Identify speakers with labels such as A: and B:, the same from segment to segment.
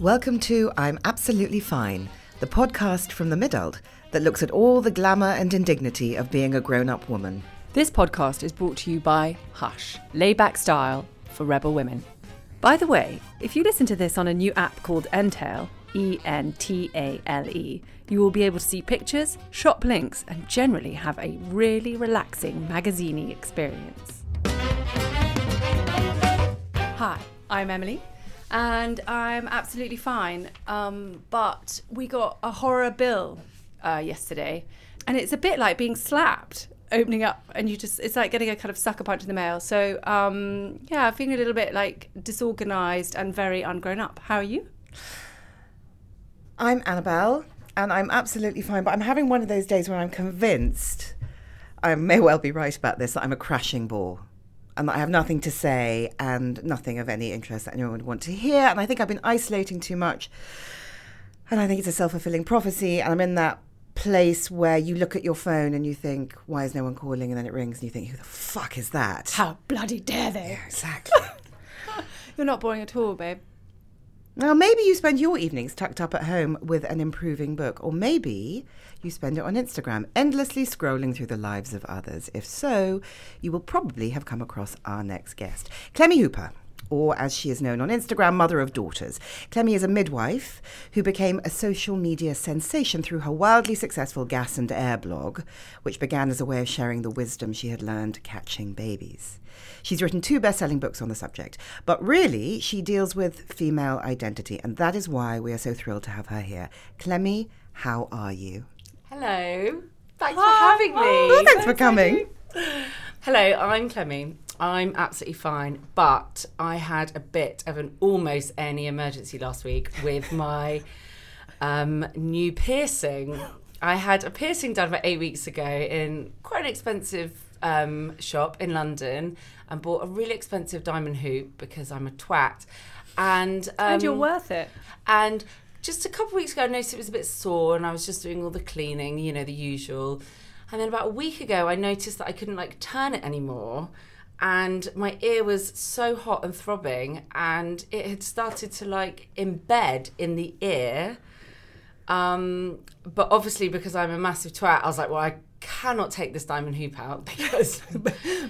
A: Welcome to I'm Absolutely Fine, the podcast from the midult that looks at all the glamour and indignity of being a grown up woman.
B: This podcast is brought to you by Hush, layback style for rebel women. By the way, if you listen to this on a new app called Entail, E N T A L E, you will be able to see pictures, shop links, and generally have a really relaxing magazine experience. Hi, I'm Emily, and I'm absolutely fine. Um, but we got a horror bill uh, yesterday, and it's a bit like being slapped opening up and you just it's like getting a kind of sucker punch in the mail so um yeah feeling a little bit like disorganized and very ungrown up how are you
A: I'm Annabelle, and I'm absolutely fine, but I'm having one of those days where I'm convinced I may well be right about this that I'm a crashing ball and that I have nothing to say and nothing of any interest that anyone would want to hear. And I think I've been isolating too much, and I think it's a self fulfilling prophecy. And I'm in that place where you look at your phone and you think, why is no one calling? And then it rings and you think, who the fuck is that?
B: how bloody dare they
A: exactly.
B: you're not boring at all babe
A: Now, maybe you spend your evenings tucked up at home with an improving book, or maybe you spend it on Instagram, endlessly scrolling through the lives of others. If so, you will probably have come across our next guest, Clemmy Hooper. Or, as she is known on Instagram, mother of daughters. Clemmy is a midwife who became a social media sensation through her wildly successful gas and air blog, which began as a way of sharing the wisdom she had learned catching babies. She's written two best selling books on the subject, but really she deals with female identity, and that is why we are so thrilled to have her here. Clemmy, how are you?
C: Hello. Thanks
B: Hi.
C: for having me.
B: Oh,
A: thanks for coming.
C: Hello, I'm Clemmy. I'm absolutely fine, but I had a bit of an almost any emergency last week with my um, new piercing. I had a piercing done about eight weeks ago in quite an expensive um, shop in London and bought a really expensive diamond hoop because I'm a twat. And, um,
B: and you're worth it
C: and just a couple of weeks ago, I noticed it was a bit sore, and I was just doing all the cleaning, you know, the usual. And then about a week ago, I noticed that I couldn't like turn it anymore, and my ear was so hot and throbbing, and it had started to like embed in the ear. Um, but obviously, because I'm a massive twat, I was like, well, I cannot take this diamond hoop out because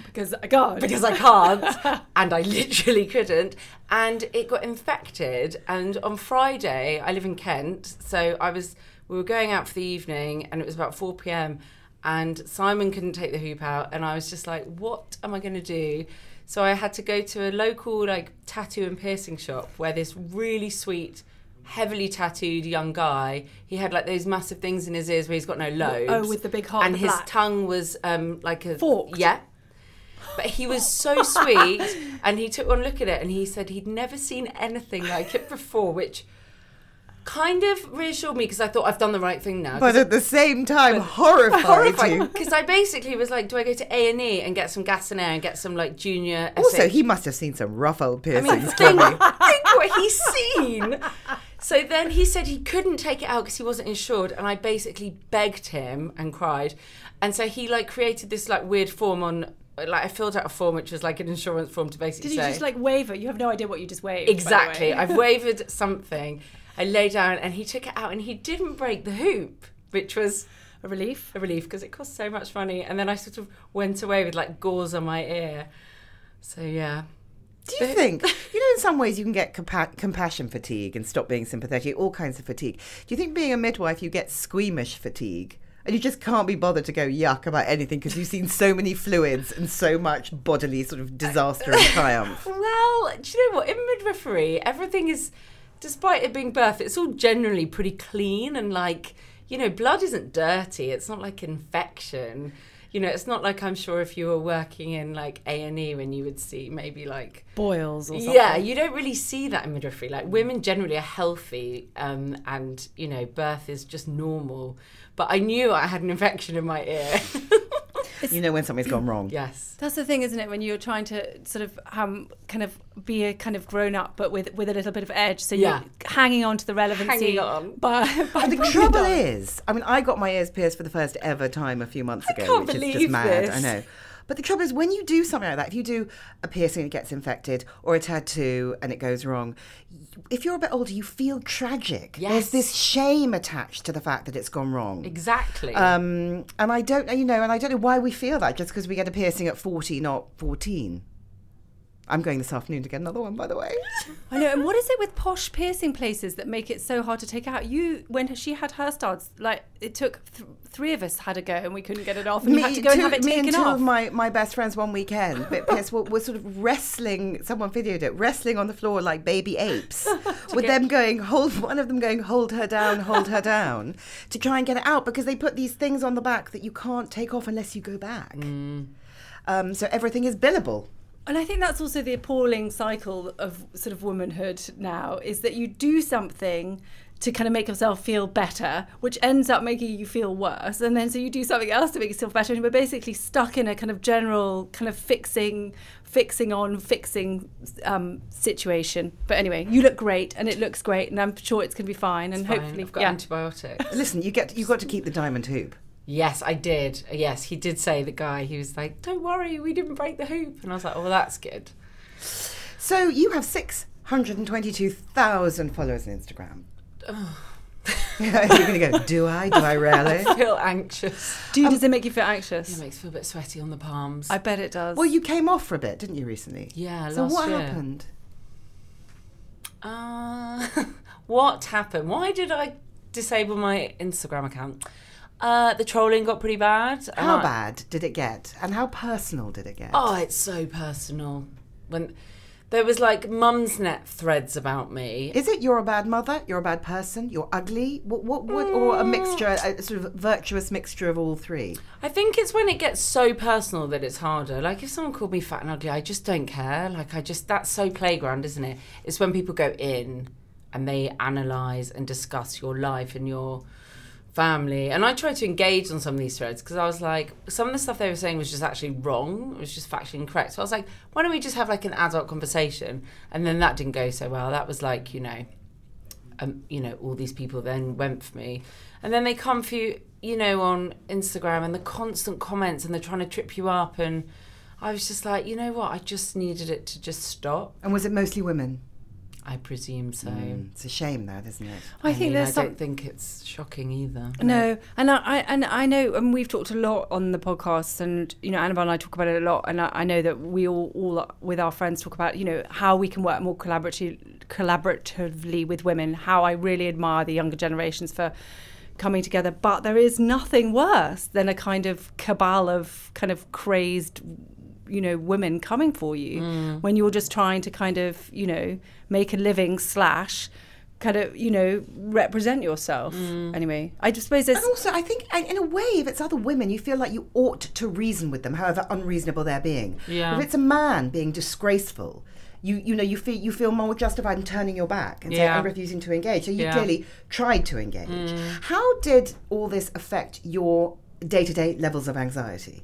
B: because god
C: because I can't, and I literally couldn't. And it got infected. And on Friday, I live in Kent, so I was we were going out for the evening, and it was about four p.m. And Simon couldn't take the hoop out, and I was just like, "What am I going to do?" So I had to go to a local like tattoo and piercing shop where this really sweet, heavily tattooed young guy he had like those massive things in his ears where he's got no lobes.
B: oh with the big heart
C: and
B: the
C: his
B: black.
C: tongue was um like a
B: Forked.
C: Yeah, but he was so sweet, and he took one look at it, and he said he'd never seen anything like it before, which kind of reassured me because I thought I've done the right thing now.
A: But at the same time, horrified you.
C: Because I basically was like, do I go to A and E and get some gas and air and get some like junior?
A: Also,
C: SA?
A: he must have seen some rough old
C: I mean,
A: piercings.
C: think, think what he's seen. So then he said he couldn't take it out because he wasn't insured, and I basically begged him and cried, and so he like created this like weird form on like I filled out a form which was like an insurance form to basically
B: did you
C: say
B: just like waver you have no idea what you just waved by the way.
C: exactly I've wavered something. I lay down and he took it out and he didn't break the hoop, which was
B: a relief
C: a relief because it cost so much money. And then I sort of went away with like gauze on my ear. So yeah.
A: Do you think? You know, in some ways, you can get compa- compassion fatigue and stop being sympathetic, all kinds of fatigue. Do you think being a midwife, you get squeamish fatigue? And you just can't be bothered to go yuck about anything because you've seen so many fluids and so much bodily sort of disaster and triumph.
C: Well, do you know what? In midwifery, everything is, despite it being birth, it's all generally pretty clean and like, you know, blood isn't dirty. It's not like infection. You know, it's not like I'm sure if you were working in like A and E when you would see maybe like
B: boils or something
C: yeah, you don't really see that in midwifery. Like women generally are healthy, um, and you know, birth is just normal. But I knew I had an infection in my ear.
A: You know when something's gone wrong.
C: yes.
B: That's the thing, isn't it? When you're trying to sort of um, kind of be a kind of grown up, but with with a little bit of edge, so
C: Yeah.
B: you're hanging on to the relevancy.
C: Hanging on.
B: By, by
A: And the
B: putting it
A: trouble
B: on.
A: is, I mean, I got my ears pierced for the first ever time a few months ago,
C: can't
A: which is just
C: believe
A: mad. I
C: this.
A: know. But the trouble is, when you do something like that, if you do a piercing and it gets infected, or a tattoo and it goes wrong, y- if you're a bit older, you feel tragic. There's
C: Yes.
A: this shame attached to the fact that it's gone wrong.
C: Exactly.
A: Um, and I don't know, you know, and I don't know why we feel that just because we get a piercing at 40, not 14. I'm going this afternoon to get another one, by the way.
B: I know. And what is it with posh piercing places that make it so hard to take out? You, when she had her studs, like it took th- three of us had a go and we couldn't get it off, and you had to go and
A: two-
B: have it
A: me
B: taken
A: and two
B: off.
A: of my, my best friends one weekend, but pissed, were, were sort of wrestling. Someone videoed it, wrestling on the floor like baby apes, with them going hold one of them going hold her down, hold her down, to try and get it out because they put these things on the back that you can't take off unless you go back.
B: Mm.
A: Um, so everything is billable.
B: And I think that's also the appalling cycle of sort of womanhood now is that you do something to kind of make yourself feel better, which ends up making you feel worse. And then so you do something else to make yourself better. And we're basically stuck in a kind of general kind of fixing, fixing on, fixing um, situation. But anyway, you look great and it looks great. And I'm sure it's going to be fine. And
C: Fine,
B: hopefully,
C: I've got
B: yeah.
C: antibiotics.
A: Listen, you get you got to keep the diamond hoop.
C: Yes, I did. Yes, he did say the guy. He was like, "Don't worry, we didn't break the hoop," and I was like, "Oh, well, that's good."
A: So you have 622,000 followers on Instagram. You're going to go, do I? Do I really?
C: I feel anxious.
B: Do, does it make you feel anxious?
C: It makes me feel a bit sweaty on the palms.
B: I bet it does.
A: Well, you came off for a bit, didn't you, recently?
C: yeah.
A: So
C: last
A: what
C: year.
A: happened?
C: Uh, what happened? Why did I disable my Instagram account? Uh, the trolling got pretty bad. and
A: How
C: I-
A: bad did it get? And how personal did it get?
C: Oh, it's so personal. When there was like Mumsnet threads about me.
A: Is it you're a bad mother, you're a bad person, you're ugly? What, what, what, or a mixture,
C: Mm.
A: a sort of virtuous mixture of all three?
C: I think it's when it gets so personal that it's harder. Like if someone called me fat and ugly, I just don't care. Like I just that's so playground, isn't it? It's when people go in and they analyze and discuss your life and your family. And I tried to engage on some of these threads because I was like, some of the stuff they were saying was just actually wrong. It was just factually incorrect. So I was like, why don't we just have like an adult conversation? And then that didn't go so well. That was like, you know, um, you know, all these people then went for me. And then they come for you, you know, on Instagram and the constant comments and they're trying to trip you up. And I was just like, you know what? I just needed it to just stop.
A: And was it mostly women?
C: I presume so.
A: Mm, It's a shame, that, isn't it?
B: I think
C: mean,
B: there's
C: I
B: some,
C: don't think it's shocking either.
B: No, and I, I and I know, and we've talked a lot on the podcast, and you know, Annabelle and I talk about it a lot, and I, I know that we all, all with our friends talk about you know how we can work more collaboratively, collaboratively with women. How I really admire the younger generations for coming together, but there is nothing worse than a kind of cabal of kind of crazed you know women coming for you when you're just trying to kind of you know make a living slash kind of you know represent yourself anyway i just suppose there's
A: And also, I think, and in a way, if it's other women, you feel like you ought to reason with them, however unreasonable they're being.
C: Yeah.
A: If it's a man being disgraceful, you you know you feel you feel more justified in turning your back and saying
C: Yeah.
A: I'm refusing to engage. So you
C: Yeah. Mm.
A: clearly tried to engage. How did all this affect your day to day levels of anxiety?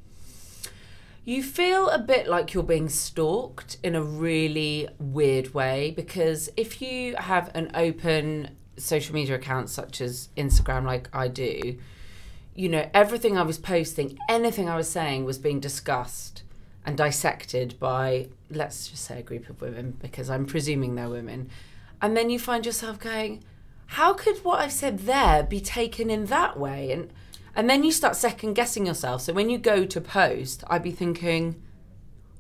C: You feel a bit like you're being stalked in a really weird way because if you have an open social media account such as Instagram, like I do, you know, everything I was posting, anything I was saying was being discussed and dissected by, let's just say, a group of women because I'm presuming they're women. And then you find yourself going, how could what I've said there be taken in that way? And and then you start second guessing yourself. So when you go to post, I'd be thinking,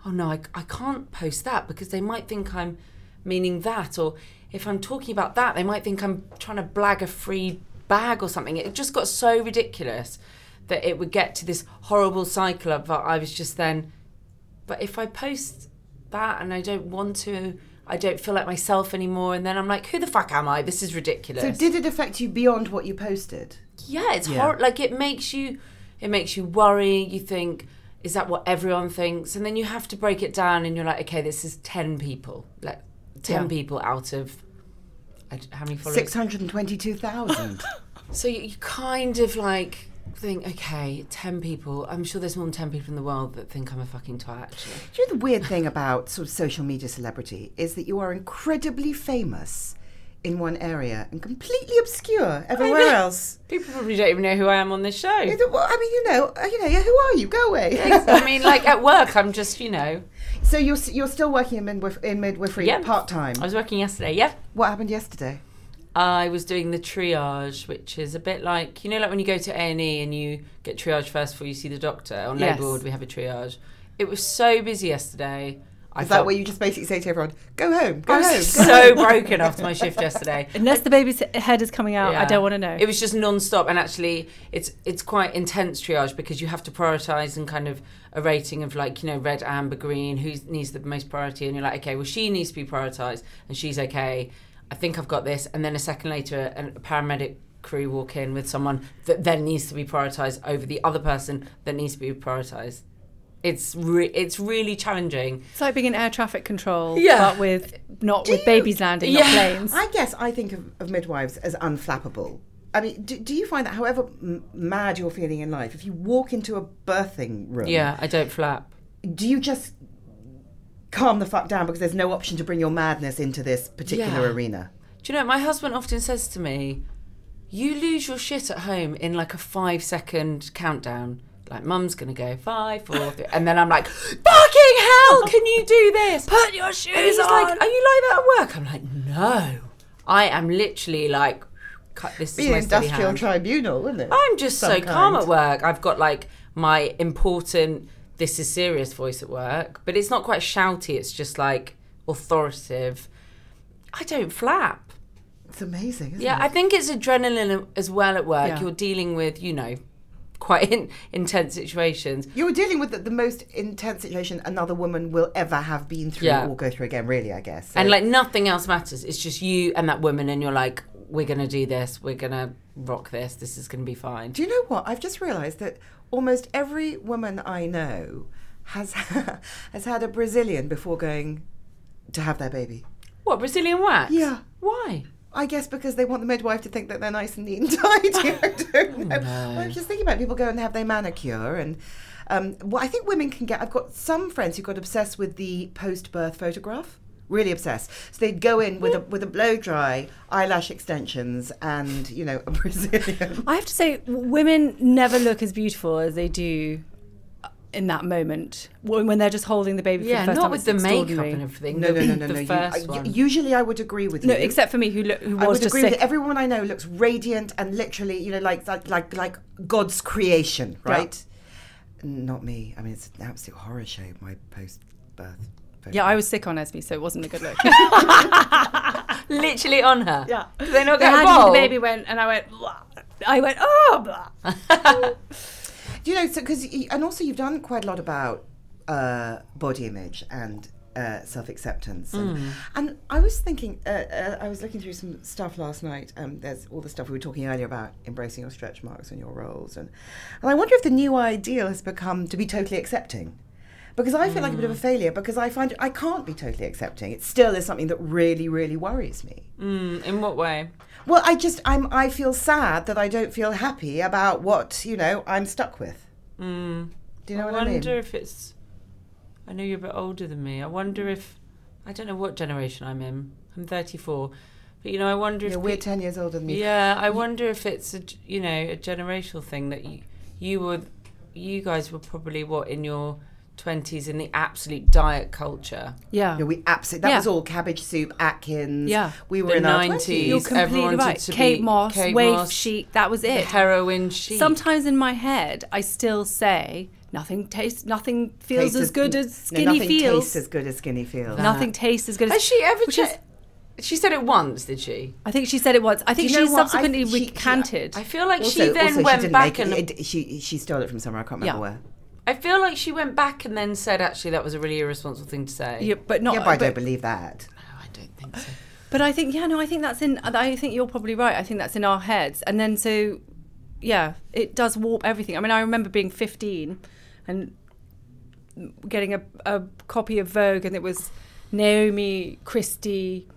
C: oh no, I, I can't post that because they might think I'm meaning that. Or if I'm talking about that, they might think I'm trying to blag a free bag or something. It just got so ridiculous that it would get to this horrible cycle of uh, I was just then, but if I post that and I don't want to, I don't feel like myself anymore. And then I'm like, who the fuck am I? This is ridiculous.
A: So did it affect you beyond what you posted?
C: Yeah, it's
A: Yeah.
C: hard. Like it makes you, it makes you worry. You think, is that what everyone thinks? And then you have to break it down, and you're like, okay, this is ten people. Like ten
B: Yeah.
C: people out of I d how many followers?
A: Six hundred and twenty-two thousand.
C: So you, you kind of like think, okay, ten people. I'm sure there's more than ten people in the world that think I'm a fucking twat. Actually,
A: Do you know the weird thing about sort of social media celebrity is that you are incredibly famous in one area and completely obscure everywhere else.
C: People probably don't even know who I am on this show.
A: You know, well, I mean, you know, uh, you know, yeah, who are you? Go away.
C: I mean, like at work, I'm just, you know,
A: so you're s- you're still working in, midwif- in midwifery
C: Yeah.
A: part time.
C: I was working yesterday. Yeah.
A: What happened yesterday?
C: I was doing the triage, which is a bit like you know, like when you go to A and E and you get triage first before you see the doctor. On
B: Yes.
C: Labour Ward, we have a triage. It was so busy yesterday. I
A: Is that
C: felt-
A: where you just basically say to everyone, "Go home, go
C: I
A: home"?
C: was so broken after my shift yesterday.
B: Unless the baby's head is coming out, I
C: Yeah.
B: don't want to know.
C: It was just non-stop and actually it's it's quite intense triage because you have to prioritize and kind of a rating of like, you know, red, amber, green, who needs the most priority and you're like, okay, well she needs to be prioritized and she's okay. I think I've got this and then a second later a, a paramedic crew walk in with someone that then needs to be prioritized over the other person that needs to be prioritized. It's re- it's really challenging.
B: it's like being in air traffic control,
C: Yeah.
B: but with not with
A: you-
B: babies landing, not
C: Yeah.
B: planes.
A: I guess I think of, of midwives as unflappable. I mean, do, do you find that however m- mad you're feeling in life, if you walk into a birthing room,
C: Yeah, I don't flap.
A: do you just calm the fuck down because there's no option to bring your madness into this particular
C: Yeah.
A: arena?
C: Do you know, my husband often says to me, You lose your shit at home in like a five second countdown. Like, mum's gonna go five, four, three. And then I'm like, Fucking hell, can you do this?
B: Put your
C: And he's
B: shoes
C: like, Are you like that at work? I'm like, No. I am literally like, Cut this
A: Be
C: is my
A: an
C: steady
A: industrial
C: hand.
A: tribunal, wouldn't it?
C: I'm just so
A: Some
C: calm
A: kind.
C: at work. I've got like my important, this is serious voice at work, but it's not quite shouty, it's just like authoritative. I don't flap.
A: It's amazing, isn't
C: Yeah,
A: it?
C: I think it's adrenaline as well at work.
B: Yeah.
C: You're dealing with, you know, quite in, intense situations.
A: you were dealing with the, the most intense situation another woman will ever have been through
C: Yeah.
A: or go through again, really, I guess. So-
C: And like nothing else matters. It's just you and that woman, and you're like, we're going to do this. We're going to rock this. This is going to be fine.
A: Do you know what? I've just realised that almost every woman I know has has had a Brazilian before going to have their baby.
C: What, Brazilian wax?
A: Yeah.
C: Why?
A: I guess because they want the midwife to think that they're nice and neat and tidy. I
C: Oh,
A: don't know.
C: No.
A: I was just thinking about people go and have their manicure and. Um, well, I think women can get. I've got some friends who got obsessed with the post-birth photograph. Really obsessed. So they'd go in
C: Mm.
A: with a with a blow dry, eyelash extensions, and you know a Brazilian.
B: I have to say, w- women never look as beautiful as they do uh, in that moment when when they're just holding the baby. for the
C: Yeah,
B: first
C: not
B: time.
C: with
B: It's
C: the makeup
B: extraordinary.
C: and everything.
A: No,
C: the,
A: no, no, no,
C: the
A: no. you-
C: First
A: I-
C: one.
A: usually, I would agree with you.
B: No, except for me, who, lo- who
A: I
B: was
A: would
B: just
A: agree
B: saying,
A: that every woman I know looks radiant and literally, you know, like like like, like God's creation, right? Not me. I mean, it's an absolute horror show. My post-birth.
B: yeah, I was sick on Esme, so it wasn't a good look.
C: Literally on her.
B: Yeah.
C: Did they not
B: they
C: get
B: handed me
C: involved?
B: the baby went, and I went, "Blah." I went, oh, blah.
A: Do you know? So because and also you've done quite a lot about uh, body image and. Uh, self-acceptance and, and i was thinking uh, uh, i was looking through some stuff last night um, there's all the stuff we were talking earlier about embracing your stretch marks and your roles and, and i wonder if the new ideal has become to be totally accepting because I feel like a bit of a failure because I find I can't be totally accepting. It still is something that really, really worries me.
C: Mm, in what way?
A: Well, I just I'm I feel sad that I don't feel happy about what you know I'm stuck with.
C: Mm.
A: Do you know
C: I
A: what I mean?
C: wonder if it's. I know you're a bit older than me. I wonder if. I don't know what generation I'm in. I'm 34. But, you know, I wonder
A: Yeah,
C: if.
A: we're
C: pe-
A: ten years older than you.
C: yeah, I wonder if it's, a, g- you know, a generational thing that you, you were. You guys were probably, what, in your 20s in the absolute diet culture?
B: Yeah.
A: Yeah, we absolutely. That
B: Yeah.
A: was all cabbage soup, Atkins.
B: Yeah.
A: we were
C: The
A: in our
C: 90s.
B: You're
A: twenties.
C: com- everyone
B: completely right.
C: wanted to
B: Kate
C: be
B: Moss,
C: Kate
B: wave
C: Moss.
B: chic, that was it.
C: Heroin chic.
B: Sometimes in my head, I still say, nothing tastes, nothing feels as good as skinny
A: no, nothing
B: feels.
A: tastes as good as skinny feels.
B: nothing tastes as good as
C: Has she ever.
B: Which
C: Che-
B: is-
C: she said it once, did she?
B: I think she said it once. I think
A: you know
B: she
A: what? I-
B: subsequently
A: she- she-
B: recanted.
C: I feel like
A: Also-
C: she then
A: also,
C: went
A: didn't
C: back
A: make
C: and.
A: it, it- she she stole it from somewhere. I can't remember
B: Yeah.
A: where.
C: I feel like she went back and then said, actually, that was a really irresponsible thing to say.
B: yeah, Oh, but not.
A: yeah, but I don't believe that.
C: No, I don't think so.
B: But I think yeah, no, I think that's in. I think you're probably right. I think that's in our heads, and then so, yeah, it does warp everything. I mean, I remember being 15, and getting a, a copy of Vogue, and it was Naomi Christie.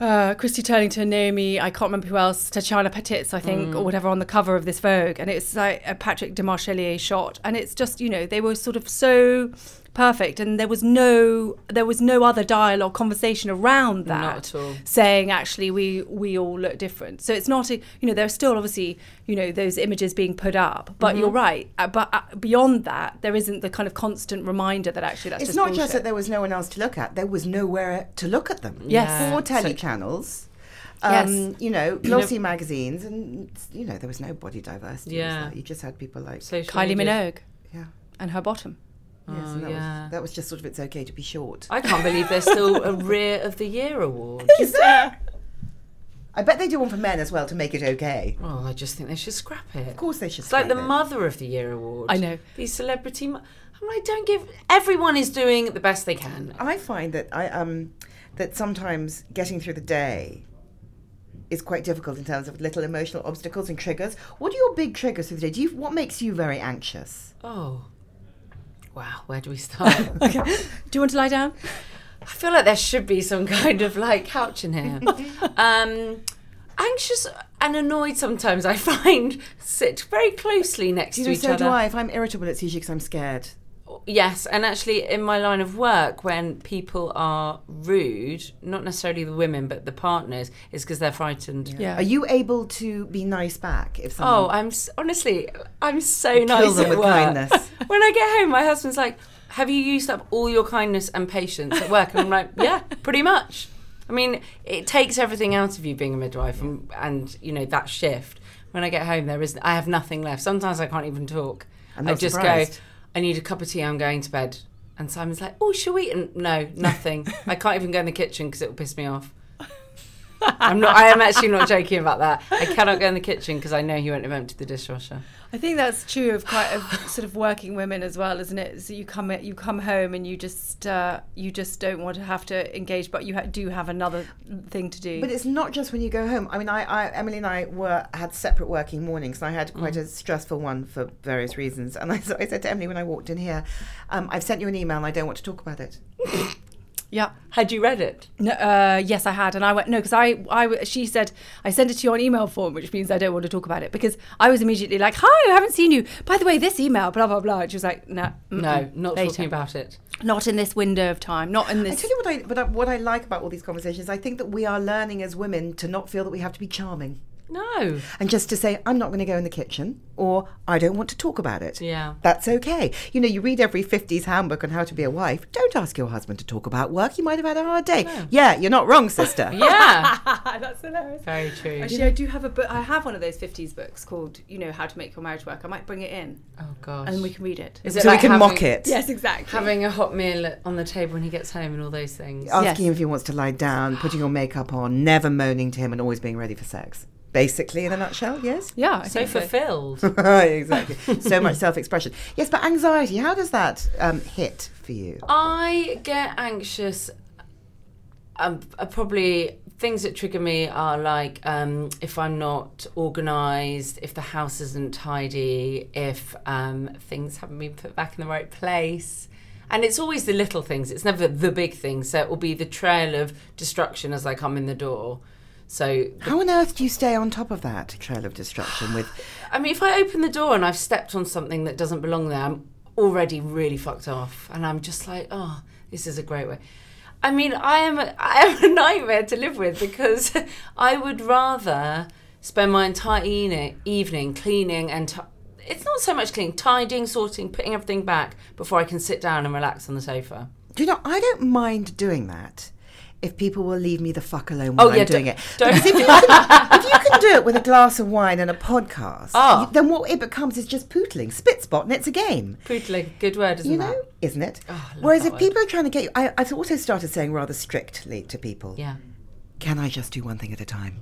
B: Uh, Christy Turlington, Naomi, I can't remember who else, Tatiana Petitz, I
C: Mm.
B: think, or whatever, on the cover of this Vogue. And it's like a Patrick de Marchelier shot. And it's just, you know, they were sort of so perfect. And there was no there was no other dialogue conversation around that.
C: Not at all.
B: Saying actually we we all look different. So it's not a, you know there's still obviously you know those images being put up, but you're right. Uh, But uh, beyond that, there isn't the kind of constant reminder that actually that's
A: It's
B: just
A: not
B: bullshit.
A: just that there was no one else to look at; there was nowhere to look at them.
B: Yes.
C: Yeah.
A: four
C: So-
A: telly channels.
B: Yes.
A: Um, you know, glossy magazines, and you know there was no body diversity. was
C: Yeah.
A: there? you just had people like,
C: Social
B: Kylie
C: media.
B: Minogue
A: yeah,
B: and her bottom.
A: yes,
C: Oh,
A: and that,
C: yeah.
A: was, that was just sort of it's okay to be short.
C: I can't believe there's still a Rear of the Year award.
A: Is there? uh, I bet they do one for men as well to make it okay.
C: Well, Oh, I just think they should scrap it.
A: Of course they should.
C: It's like the
A: scrap it.
C: Mother of the Year award.
B: I know.
C: These celebrity. Mo- I mean, I don't give. Everyone is doing the best they can.
A: I find that I um that sometimes getting through the day is quite difficult in terms of little emotional obstacles and triggers. What are your big triggers through the day? Do you, what makes you very anxious?
C: Oh. Wow, where do we start?
B: Okay. Do you want to lie down?
C: I feel like there should be some kind of like couch in here. um, anxious and annoyed sometimes I find sit very closely next
A: Do you
C: to
A: know,
C: each
A: so
C: other.
A: do I. If I'm irritable, it's usually because I'm scared.
C: Yes, and actually in my line of work when people are rude, not necessarily the women but the partners is because they're frightened.
A: Are you able to be nice back if someone?
C: Oh, I'm s- honestly, I'm so nice
A: kill them
C: at
A: with
C: work.
A: kindness.
C: when I get home, my husband's like, "Have you used up all your kindness and patience at work?" And I'm like, "Yeah, pretty much." I mean, it takes everything out of you being a midwife, and, and you know that shift. When I get home, there is I have nothing left. Sometimes I can't even talk.
A: I'm
C: I
A: not
C: just
A: surprised.
C: go. I need a cup of tea. I'm going to bed. And Simon's like, "Oh, shall we?" And no, nothing. I can't even go in the kitchen because it will piss me off. I'm not. I am actually not joking about that. I cannot go in the kitchen because I know he won't have emptied the dishwasher.
B: I think that's true of quite of sort of working women as well, isn't it? So you come you come home and you just uh, you just don't want to have to engage, but you ha- do have another thing to do.
A: But it's not just when you go home. I mean, I, I Emily and I were had separate working mornings, and I had
C: Mm.
A: quite a stressful one for various reasons. And I, so I said to Emily when I walked in here, um, "I've sent you an email, and I don't want to talk about it."
B: yeah.
C: Had you read it?
B: No, uh, yes, I had, and I went no because I, I w- she said I sent it to you on email form, which means I don't want to talk about it because I was immediately like, hi, I haven't seen you. By the way, this email, blah blah blah. And she was like, no, mm-mm,
C: No, not
B: later.
C: talking about it.
B: Not in this window of time. Not in
A: I
B: this.
A: tell you what I, but I, what I like about all these conversations, I think that we are learning as women to not feel that we have to be charming
C: No.
A: and just to say, "I'm not going to go in the kitchen," or "I don't want to talk about it."
C: Yeah.
A: That's okay. You know, you read every 50s handbook on how to be a wife. Don't ask your husband to talk about work. You might have had a hard day. Yeah, you're not wrong, sister.
C: Yeah.
B: That's hilarious.
C: Very true.
B: Actually, I do have a book. I have one of those '50s books called, you know, How to Make Your Marriage Work. I might bring it in
C: Oh gosh.
B: and we can read it.
C: Is
A: so we
C: like
A: can
C: having-
A: mock it.
B: Yes, exactly.
C: Having a hot meal on the table when he gets home and all those things.
A: Asking
B: Yes.
A: him if he wants to lie down, putting your makeup on, never moaning to him, and always being ready for sex. Basically, in a nutshell, yes?
B: yeah, I
C: so
B: think so.
C: fulfilled.
A: exactly. So much self expression. Yes, but anxiety, how does that um, hit for you?
C: I get anxious. Um, uh, probably things that trigger me are like um, if I'm not organised, if the house isn't tidy, if um, things haven't been put back in the right place. And it's always the little things, it's never the big things. So it will be the trail of destruction as I come in the door. So,
A: How on earth do you stay on top of that trail of destruction with.
C: I mean, if I open the door and I've stepped on something that doesn't belong there, I'm already really fucked off. And I'm just like, oh, this is a great way. I mean, I am a, I am a nightmare to live with because I would rather spend my entire eni- evening cleaning and t- it's not so much cleaning, tidying, sorting, putting everything back before I can sit down and relax on the sofa.
A: Do you know, I don't mind doing that if people will leave me the fuck alone
C: Oh,
A: while
C: yeah,
A: I'm doing
C: don't-
A: it.
C: don't-
A: Because if, you can, if you can do it with a glass of wine and a podcast,
C: Ah.
A: you- then what it becomes is just pootling, spit spot, and it's a game.
C: Poodling, good word, isn't
A: you
C: that? Ah,
A: know, isn't it?
C: I love
A: Whereas
C: that
A: if
C: word.
A: people are trying to get you, I, I've also started saying rather strictly to people,
C: Yeah.
A: "Can I just do one thing at a time?"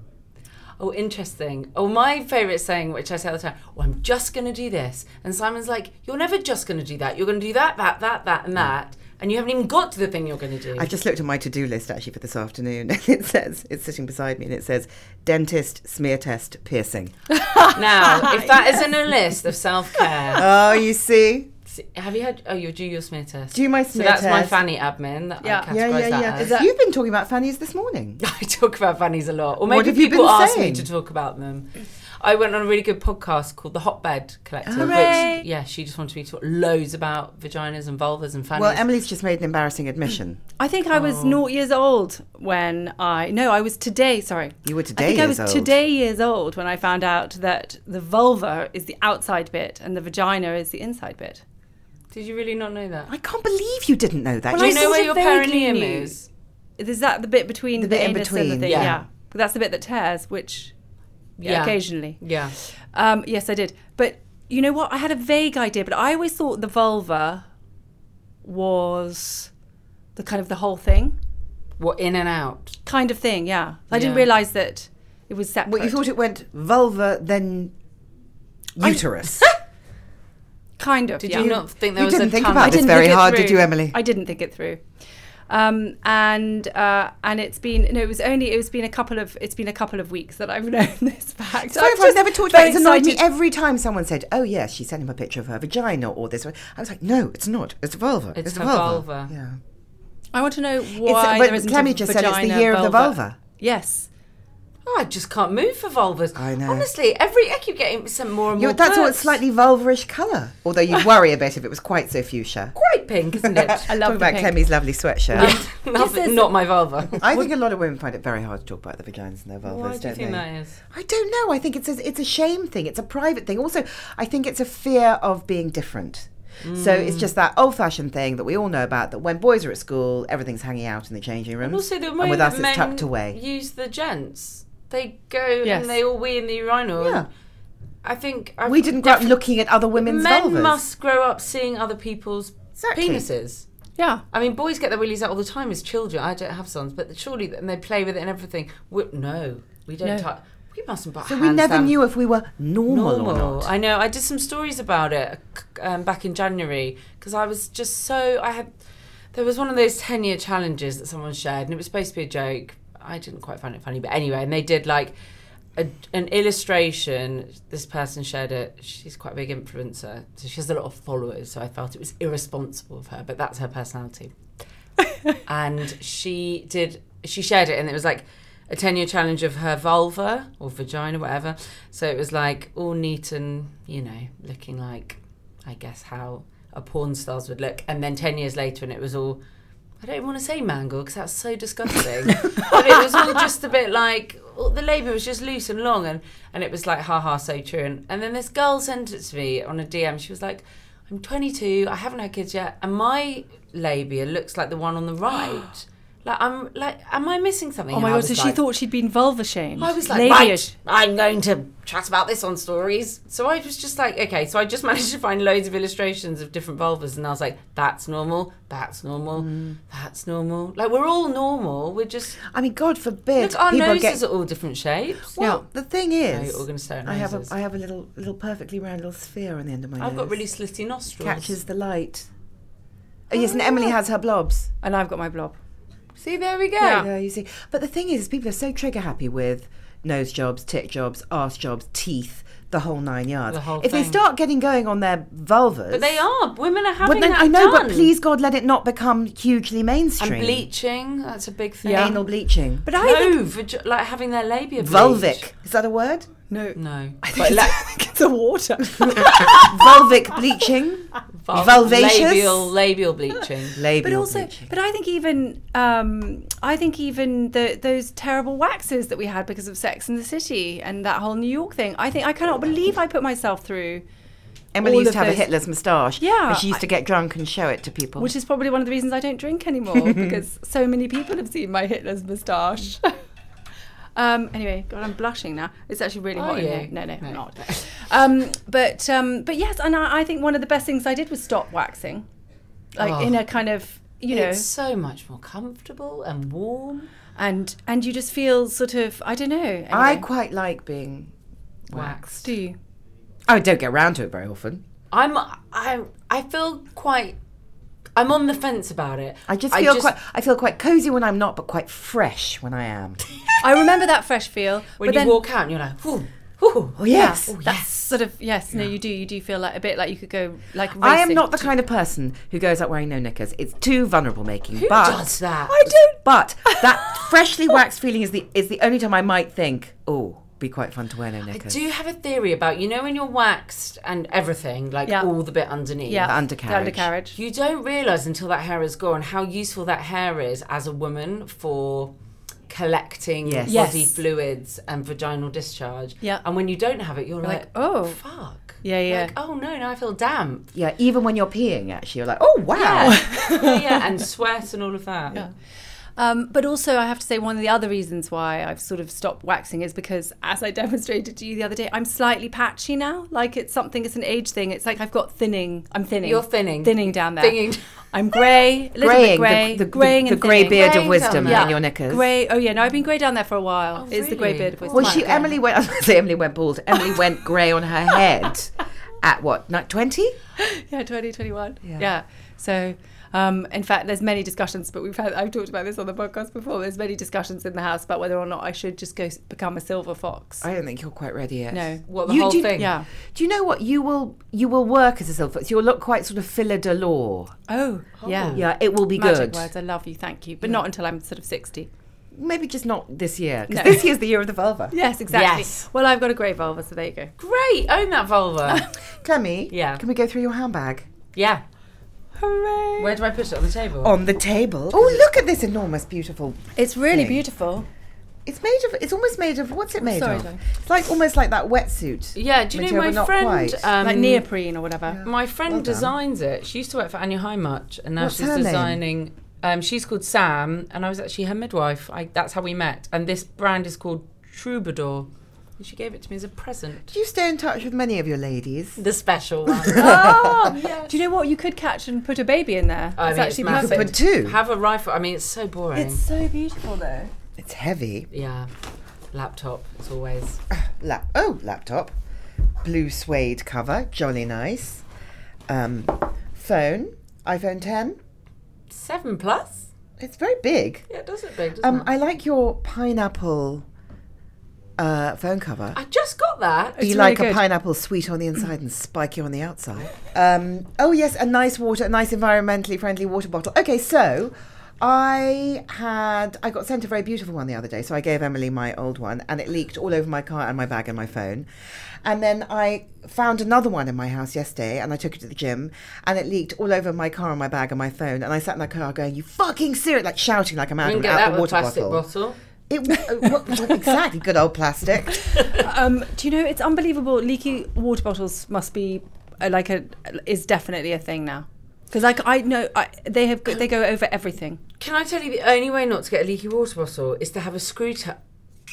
C: Oh, interesting. Oh, my favourite saying, which I say all the time, well, I'm just going to do this. And Simon's like, you're never just going to do that. You're going to do that, that, that, that, and that. And you haven't even got to the thing you're going to do.
A: I've Hmm. just looked at my to-do list actually for this afternoon, and it says it's sitting beside me, and it says dentist, smear test, piercing.
C: now, if that not a list of self care,
A: oh, you see,
C: have you had, oh, you do your smear test.
A: do my
C: so
A: smear
C: that's
A: test.
C: my fanny admin that
B: Yeah.
C: I categorise
A: Yeah, yeah,
C: that
A: yeah.
C: as.
B: that-
A: You've been talking about fannies this morning.
C: I talk about fannies a lot, or
A: What
C: maybe
A: have you
C: people
A: been
C: ask me
A: saying?
C: to talk about them. I went on a really good podcast called The Hotbed Collective,
B: Hooray.
C: which yeah, she just wanted me to talk loads about vaginas and vulvas and fannies.
A: Well, Emily's just made an embarrassing admission.
C: Mm.
B: I think I
A: Oh.
B: was naught years old when I no, I was today. Sorry,
A: You were today
B: I think I
A: years
B: was
A: old.
B: today years old when I found out that the vulva is the outside bit and the vagina is the inside bit.
C: Did you really not know that?
A: I can't believe you didn't know that.
B: Well,
C: Do
A: You
C: you
B: I
C: know where your
B: sort of vaguely
C: perineum
B: knew.
C: is?
B: Is that the bit between
A: The
B: the,
A: bit in
B: anus
A: between,
B: and the thing?
C: yeah.
B: that's the bit that tears, which yeah,
C: Yeah.
B: occasionally.
C: Yeah.
B: Um, yes, I did. But you know what? I had a vague idea, but I always thought the vulva was the kind of the whole thing,
C: What in and out?
B: kind of thing. Yeah, I didn't
C: Yeah.
B: realize that it was separate.
A: Well, you thought it went vulva, then uterus.
B: Kind of.
C: Did
B: yeah.
C: you not think there
A: You
C: was
A: didn't
C: a
A: think
C: tunnel?
A: about it. It's very
B: think
A: hard, did
B: through.
A: you, Emily?
B: I didn't think it through. Um, and uh, and it's been no, it was only it's been a couple of it's been a couple of weeks that I've known this fact.
A: Sorry if I've
B: just
A: never talked about
B: very
A: it. It's annoyed me
B: excited.
A: every time someone said, "Oh yes, she sent him a picture of her vagina or this." I was like, "No, it's not. It's a vulva.
C: It's
A: a
C: her
A: vulva."
C: vulva.
A: Yeah.
B: I want to know
A: It's,
B: why
A: but
B: there isn't
A: Clemmy
B: a
A: just
B: vagina,
A: said it's the year of the vulva.
B: Yes,
C: Oh, I just can't move for vulvas.
A: I know.
C: Honestly, every I keep getting some more and
A: You-
C: more.
A: that's all. It's
C: books.
A: slightly vulvarish colour. Although you'd worry a bit if it was quite so fuchsia.
C: quite pink, isn't it? Um,
B: I love
A: Talking
B: the
A: about
B: pink.
A: Clemmy's lovely sweatshirt.
C: Not-
B: there's-
C: not my vulva.
A: I think a lot of women find it very hard to talk about their vaginas and their vulvas,
C: Why
A: not
C: do you think
A: they?
C: that is?
A: I don't know. I think it's a, it's a shame thing. It's a private thing. Also, I think it's a fear of being different. So
C: Mm.
A: it's just that old-fashioned thing that we all know about. That when boys are at school, everything's hanging out in the changing rooms,
C: And also the way
A: with
C: that
A: us,
C: men
A: it's tucked away.
C: use the gents. They go
B: Yes.
C: and they all wee in the urinal.
A: Yeah.
C: And I think I've
A: We didn't grow up
C: defi-
A: looking at other women's
C: Men
A: vulvas.
C: must grow up seeing other people's
A: Exactly.
C: penises.
B: yeah.
C: I mean, boys get their willies out all the time as children. I don't have sons, but surely and they play with it and everything. We, no, we don't.
B: No.
C: touch. We mustn't. But
A: so we never knew if we were normal, or not.
C: I know. I did some stories about it um, back in January because I was just so I had. There was one of those ten-year challenges that someone shared, and it was supposed to be a joke. I didn't quite find it funny, but anyway, and they did like a, an illustration. This person shared it. She's quite a big influencer, so she has a lot of followers. So I felt it was irresponsible of her, but that's her personality and she did she shared it and it was like a 10 year challenge of her vulva or vagina whatever so it was like all neat and you know looking like i guess how a porn stars would look and then 10 years later and it was all i don't want to say mangle because that's so disgusting but it was all just a bit like all the label was just loose and long and and it was like ha ha so true and, and then this girl sent it to me on a dm she was like I'm 22. I haven't had kids yet, and my labia looks like the one on the right. like I'm like, am I missing something?
B: Oh
C: And
B: my
C: I
B: god!
C: was
B: So she
C: like-
B: thought she'd been vulva shamed.
C: I was like,
B: Labia sh-
C: right, I'm going to chat about this on stories. So I was just like, okay. So I just managed to find loads of illustrations of different vulvas, and I was like, that's normal. That's normal.
A: Mm.
C: That's normal. Like we're all normal. We're just
A: I mean, God forbid
C: look. Our
A: people
C: noses
A: get.
C: are all different shapes.
A: Well, the thing
C: No,
A: is,
C: you're all going to stare at
A: I have a
C: noses.
A: I have a little little perfectly round little sphere on the end of my
C: I've
A: nose.
C: got really slitty nostrils.
A: catches the light. Oh, yes, and Emily has her blobs.
B: and I've got my blob.
C: See, there we go.
B: Yeah.
A: Yeah, you see. But the thing is, people are so trigger happy with nose jobs, tit jobs, arse jobs, teeth, the whole nine yards.
C: The whole
A: if they
C: thing.
A: start getting going on their vulvas,
C: But they are. Women are having
A: But then
C: that
A: I know,
C: done.
A: but please God, let it not become hugely mainstream.
C: And bleaching, that's a big thing.
B: Yeah.
A: Anal bleaching.
B: But
C: No,
B: I think
C: vagi- like having their labia bleached.
A: Vulvic. Is that a word?
B: no.
C: No.
B: But la- it's a water.
A: Vulvic bleaching.
C: Vul-
A: Vulvaceous?
C: Labial, labial bleaching.
A: Labial
B: but also,
A: bleaching.
B: but I think even um, I think even the, those terrible waxes that we had because of Sex in the City and that whole New York thing. I think I cannot believe I put myself through,
A: Emily
B: all
A: used
B: of
A: to have a
B: those-
A: Hitler's moustache.
B: Yeah,
A: And she used to get drunk and show it to people.
B: which is probably one of the reasons I don't drink anymore because so many people have seen my Hitler's moustache. um, anyway, God, I'm blushing now. It's actually really
C: Are
B: hot in
C: you?
B: here. No, no,
C: No.
B: I'm not. Um, but um, but yes, and I, I think one of the best things I did was stop waxing, like
C: Oh.
B: in a kind of you know
C: It's so much more comfortable and warm.
B: and and you just feel sort of I don't know. Anyway.
A: I quite like being.
C: Waxed.
B: do you?
A: I don't get around to it very often.
C: I'm. I. I feel quite. I'm on the fence about it.
A: I just feel quite. I feel quite cozy when I'm not, but quite fresh when I am.
B: I remember that fresh feel.
C: When
B: but
C: you
B: then,
C: walk out, and you're like, whoo, whoo.
A: Oh yes.
B: that's sort of yes. No, you do. You do feel like a bit like you could go like. Racing.
A: I am not the kind of person who goes out wearing no knickers. It's too vulnerable making.
C: Who
A: but
C: does that?
A: don't. But that freshly waxed feeling is the is the only time I might think, oh, be quite fun to wear no
C: I
A: knickers.
C: do have a theory about you know when you're waxed and everything, like
B: Yeah.
C: all the bit underneath.
B: yeah,
A: The undercarriage.
B: The undercarriage.
C: You don't realise until that hair is gone how useful that hair is as a woman for collecting
A: Yes.
C: body
B: Yes.
C: fluids and vaginal discharge.
B: Yeah.
C: And when you don't have it, you're
B: You're
C: like,
B: like, oh,
C: fuck.
B: Yeah, yeah.
C: Like, oh no, now I feel damp.
A: Yeah, even when you're peeing, actually, you're like, oh wow.
C: yeah, yeah, and sweat and all of that.
B: Yeah. Um, but also, I have to say, one of the other reasons why I've sort of stopped waxing is because, as I demonstrated to you the other day, I'm slightly patchy now. Like it's something, it's an age thing. It's like I've got thinning. I'm thinning.
C: You're thinning.
B: Thinning down there.
C: Thinning.
B: I'm grey. A little bit
A: Graying,
B: grey.
A: the, the,
B: graying
A: the,
B: and
A: grey
B: thinning.
A: beard of
C: Graying
A: wisdom
C: down
A: in
C: there.
A: your knickers.
B: Grey. Oh yeah. No, I've been grey down there for a while.
C: Oh,
B: it's the grey
C: really?
B: beard. of wisdom.
A: Well, she
B: Yeah.
A: Emily went. I was going to say Emily went bald. Emily went grey on her head at what? Not twenty?
B: Yeah, 2021.
A: Yeah.
B: Yeah. So, um, in fact, there's many discussions, but we've had, I've talked about this on the podcast before. There's many discussions in the house about whether or not I should just go s- become a silver fox.
A: I don't think you're quite ready yet.
B: No.
C: What, the
A: You
C: whole
A: do-
C: thing?
B: yeah.
A: Do you know what you will? You will work as a silver. So you'll look quite sort of Phila Delore.
B: Oh, yeah.
C: Mm.
A: Yeah, it will be
B: Magic
A: good.
B: words. I love you. Thank you. But not until I'm sort of 60.
A: Maybe just not this year because
B: No.
A: this year's the year of the vulva.
B: Yes, exactly.
C: Yes.
B: Well, I've got a grey vulva, so there you go.
C: Great, own that vulva.
A: Clemmy,
C: Yeah.
A: Can we go through your handbag
C: yeah.
B: Hooray.
C: Where do I put it on the table?
A: on the table? Oh, look at this enormous, beautiful.
B: It's really
A: Thing.
B: beautiful.
A: It's made of. It's almost made of. What's it made
B: Sorry,
A: of?
B: darling.
A: It's like almost like that wetsuit.
C: Yeah, do you
A: Material, but
C: know my
A: not
C: friend?
A: quite.
C: Um,
B: like neoprene or whatever.
C: My friend
A: Well done.
C: designs it. She used to work for Anya Heimuch, and now
A: What's
C: she's
A: her name?
C: designing. Um, she's called Sam, and I was actually her midwife. I, that's how we met. And this brand is called Troubadour. And she gave it to me as a present.
A: Do you stay in touch with many of your ladies?
C: The special one.
B: Oh, Do you know what? You could catch and put a baby in there.
C: I
B: it's
C: mean, it's
B: actually
C: massive.
A: But
B: perfect.
A: two.
C: Have a rifle. I mean, it's so boring.
B: It's so beautiful, though.
A: It's heavy.
C: yeah, laptop. It's always.
A: Lap- oh, laptop. Blue suede cover, jolly nice. Um, phone, iPhone 10.
C: Seven plus?
A: It's very big.
C: Yeah, it does look big, doesn't
A: Um,
C: it?
A: I like your pineapple uh, phone cover.
C: I just got that.
A: Do you
B: It's
A: like
B: really
A: a
B: good.
A: pineapple sweet on the inside and spiky on the outside? Um, oh yes, a nice water, a nice environmentally friendly water bottle. Okay, so I had I got sent a very beautiful one the other day, so I gave Emily my old one, and it leaked all over my car and my bag and my phone. And then I found another one in my house yesterday, and I took it to the gym, and it leaked all over my car and my bag and my phone. And I sat in that car going, "You fucking serious!" like shouting like a
C: I
A: madman
C: didn't get
A: out
C: that
A: the
C: with a
A: water
C: plastic
A: bottle.
C: bottle.
A: It, uh, what- exactly, good old plastic.
B: Um, do you know it's unbelievable? Leaky water bottles must be uh, like a is definitely a thing now because like I know I, they have go- they go over everything.
C: Can I tell you the only way not to get a leaky water bottle is to have a screw ta-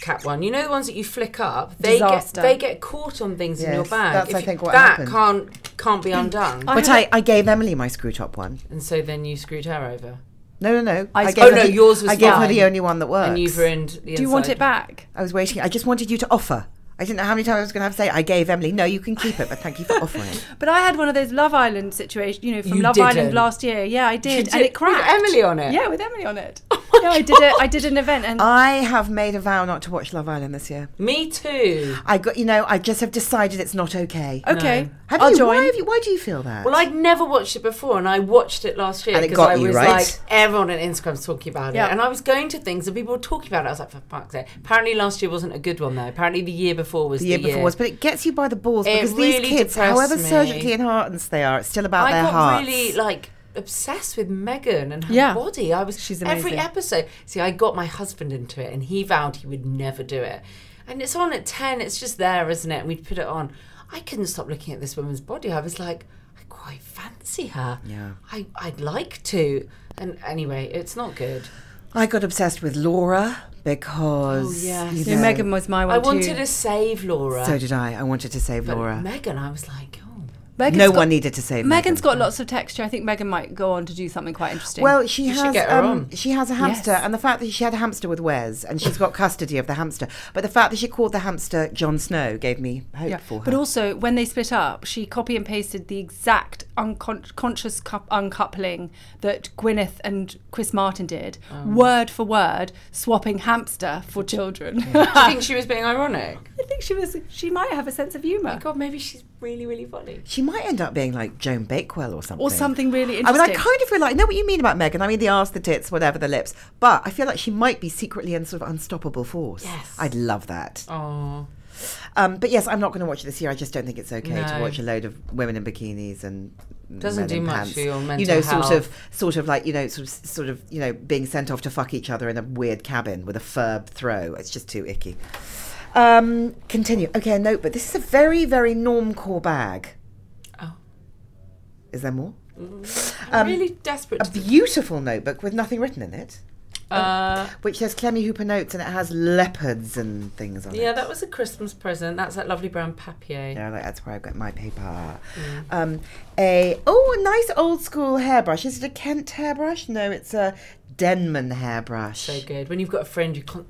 C: cap one. You know the ones that you flick up. They
B: Disaster.
C: get they get caught on things in your
A: Yes,
C: bag.
A: that's,
C: If
A: I
C: you-
A: think, what
C: that
A: happened.
C: can't can't be undone.
A: But I, I gave Emily my screw top one.
C: and so then you screwed her over,
A: No, no, no.
B: I-
A: gave
B: Oh,
A: her
C: no,
A: the-
C: yours was
A: I gave her
C: fine.
A: the only one that works.
C: and you've ruined the.
B: Do you want
C: inside.
B: it back?
A: I was waiting. I just wanted you to offer. I didn't know how many times I was going to have to say I gave Emily. No, you can keep it, but thank you for offering. it.
B: But I had one of those Love Island situations, you know, from
C: You
B: Love
C: didn't.
B: Island last year. Yeah, I
C: You
B: did,
C: did-
B: and it cracked.
C: With Emily on it.
B: Yeah, with Emily on it. yeah, I did it. I did an event, and
A: I have made a vow not to watch Love Island this year.
C: Me too.
A: I got you know. I just have decided it's not okay.
B: okay,
A: Have
B: I'll
A: you?
B: join.
A: Why have you? Why do you feel that?
C: Oh, Well, I'd never watched it before, and I watched it last year
A: And it
C: because
A: got
C: I
A: you,
C: was
A: right?
C: like, everyone on Instagram's talking about
B: Yeah.
C: it, and I was going to things and people were talking about it. I was like, for fuck's sake! Apparently, last year wasn't a good one though. Apparently, the year before was
A: the
C: the,
A: year before was, but it gets you by the balls
C: It
A: because
C: really
A: these kids,
C: depressed
A: however
C: me.
A: surgically enhanced they are, it's still about
C: I
A: their
C: got
A: hearts.
C: really like obsessed with Megan and her
B: Yeah.
C: body. I was
B: She's
C: every
B: amazing.
C: episode. See, I got my husband into it, and he vowed he would never do it. And it's on at ten. It's just there, isn't it? And we'd put it on. I couldn't stop looking at this woman's body. I was like, I quite fancy her.
A: Yeah.
C: I, I'd like to. And anyway, it's not good.
A: I got obsessed with Laura because
C: Oh, yes.
A: you
B: Yeah,
A: know,
B: Megan was my one
C: I wanted
B: too.
C: to save Laura.
A: So did I. I wanted to save
C: but
A: Laura.
C: Megan, I was like, oh.
B: Megan's
A: no
B: got-
A: one needed to save
B: Megan's
A: Megan.
B: got lots of texture. I think Megan might go on to do something quite interesting.
A: Well, she
C: You should
A: has
C: get her
A: um,
C: on.
A: she has a hamster,
B: Yes.
A: and the fact that she had a hamster with Wes, and she's got custody of the hamster. But the fact that she called the hamster Jon Snow gave me hope for her.
B: But also, when they split up, she copy and pasted the exact unconscious cu- uncoupling that Gwyneth and Chris Martin did,
A: Oh.
B: word for word, swapping hamster for children.
A: Ah.
C: Do you think she was being ironic?
B: I think she was. She might have a sense of humour.
C: God, maybe she's really, really funny.
A: She might end up being like Joan Bakewell or something.
B: or something really
A: I mean,
B: interesting.
A: I kind of feel like I know what you mean about Megan. I mean, the arse, the tits, whatever, the lips. But I feel like she might be secretly an sort of unstoppable force.
C: Yes.
A: I'd love that.
C: Oh,
A: Um, but yes, I'm not going to watch it this year. I just don't think it's okay to
C: No.
A: watch a load of women in bikinis and
C: Doesn't
A: men
C: do
A: in
C: much
A: pants.
C: for your mental
A: You know, sort
C: health.
A: of, sort of like you know, sort of, sort of, you know, being sent off to fuck each other in a weird cabin with a furb throw. It's just too icky. Um, continue. Okay, a note, but this is a very, very normcore bag.
C: oh,
A: Is there more? Um,
C: I'm Mm-hmm. really desperate.
A: A
C: To,
A: beautiful notebook with nothing written in it.
B: Oh,
C: uh,
A: Which says Clemmy Hooper notes and it has leopards and things on it.
C: yeah, that was a Christmas present. That's that lovely brown papier.
A: Yeah, like that's where I got my paper. Um, a oh, a nice old school hairbrush. Is it a Kent hairbrush? No, it's a Denman hairbrush.
C: So good. When you've got a friend, you can't.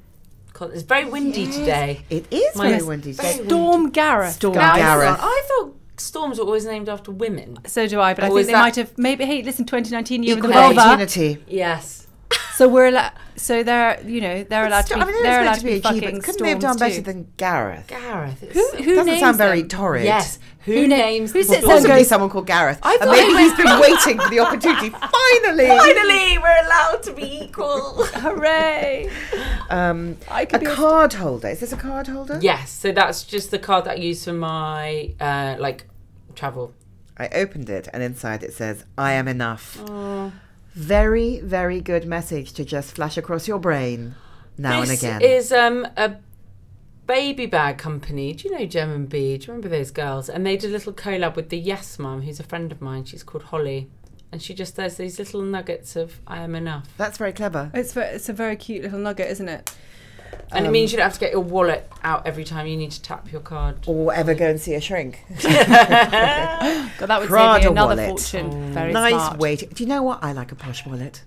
C: can't it's very windy today.
A: it is
C: Mine
A: very
C: is
A: windy.
C: very
A: today.
B: Storm Gareth.
A: Storm
B: guys.
A: Gareth.
C: I thought storms were always named after women.
B: So do I, but I
C: Or
B: think
C: is
B: they
C: that-
B: might have maybe hey, listen, 2019 year with the
A: Equal
B: vulva.
A: opportunity.
C: Yes.
B: So we're allowed. So they're you know they're allowed to be.
A: I mean, it was
B: they're allowed
A: meant
B: to be,
A: achievement.
B: fucking
A: Couldn't they have done
B: storms
A: better
B: too.
A: than Gareth?
C: Gareth. It's,
B: Who, who
A: Doesn't
B: names
A: sound very
B: them?
A: torrid.
C: Yes. Who,
B: Who na-
C: names
B: who
C: the
B: sits there
C: balls?
B: and
A: Possibly
B: goes-
A: someone called Gareth.
B: I
A: and
B: thought
A: maybe
B: it
A: he's been waiting for the opportunity. Finally.
C: Finally, we're allowed to be equal.
B: Hooray!
A: Um,
B: I
A: a
B: could be. a-
A: card holder. Is this a card holder?
C: yes. So that's just the card that I use for my uh, like travel.
A: I opened it, and inside it says, I am enough. Very, very good message to just flash across your brain now
C: this
A: and again.
C: is um, a baby bag company. Do you know Gem and B? Do you remember those girls? And they did a little collab with the Yes Mum, who's a friend of mine. She's called Holly. And she just does these little nuggets of I am enough.
A: That's very clever.
B: It's, ve- it's a very cute little nugget, isn't it?
C: And it
B: Um,
C: means you don't have to get your wallet out every time you need to tap your card.
B: Oh.
A: Or ever go and see a shrink.
B: God, that would
A: Prada
B: save me another
A: wallet.
B: fortune. Very
A: nice
B: smart.
A: weight. Do you know what? I like a posh wallet.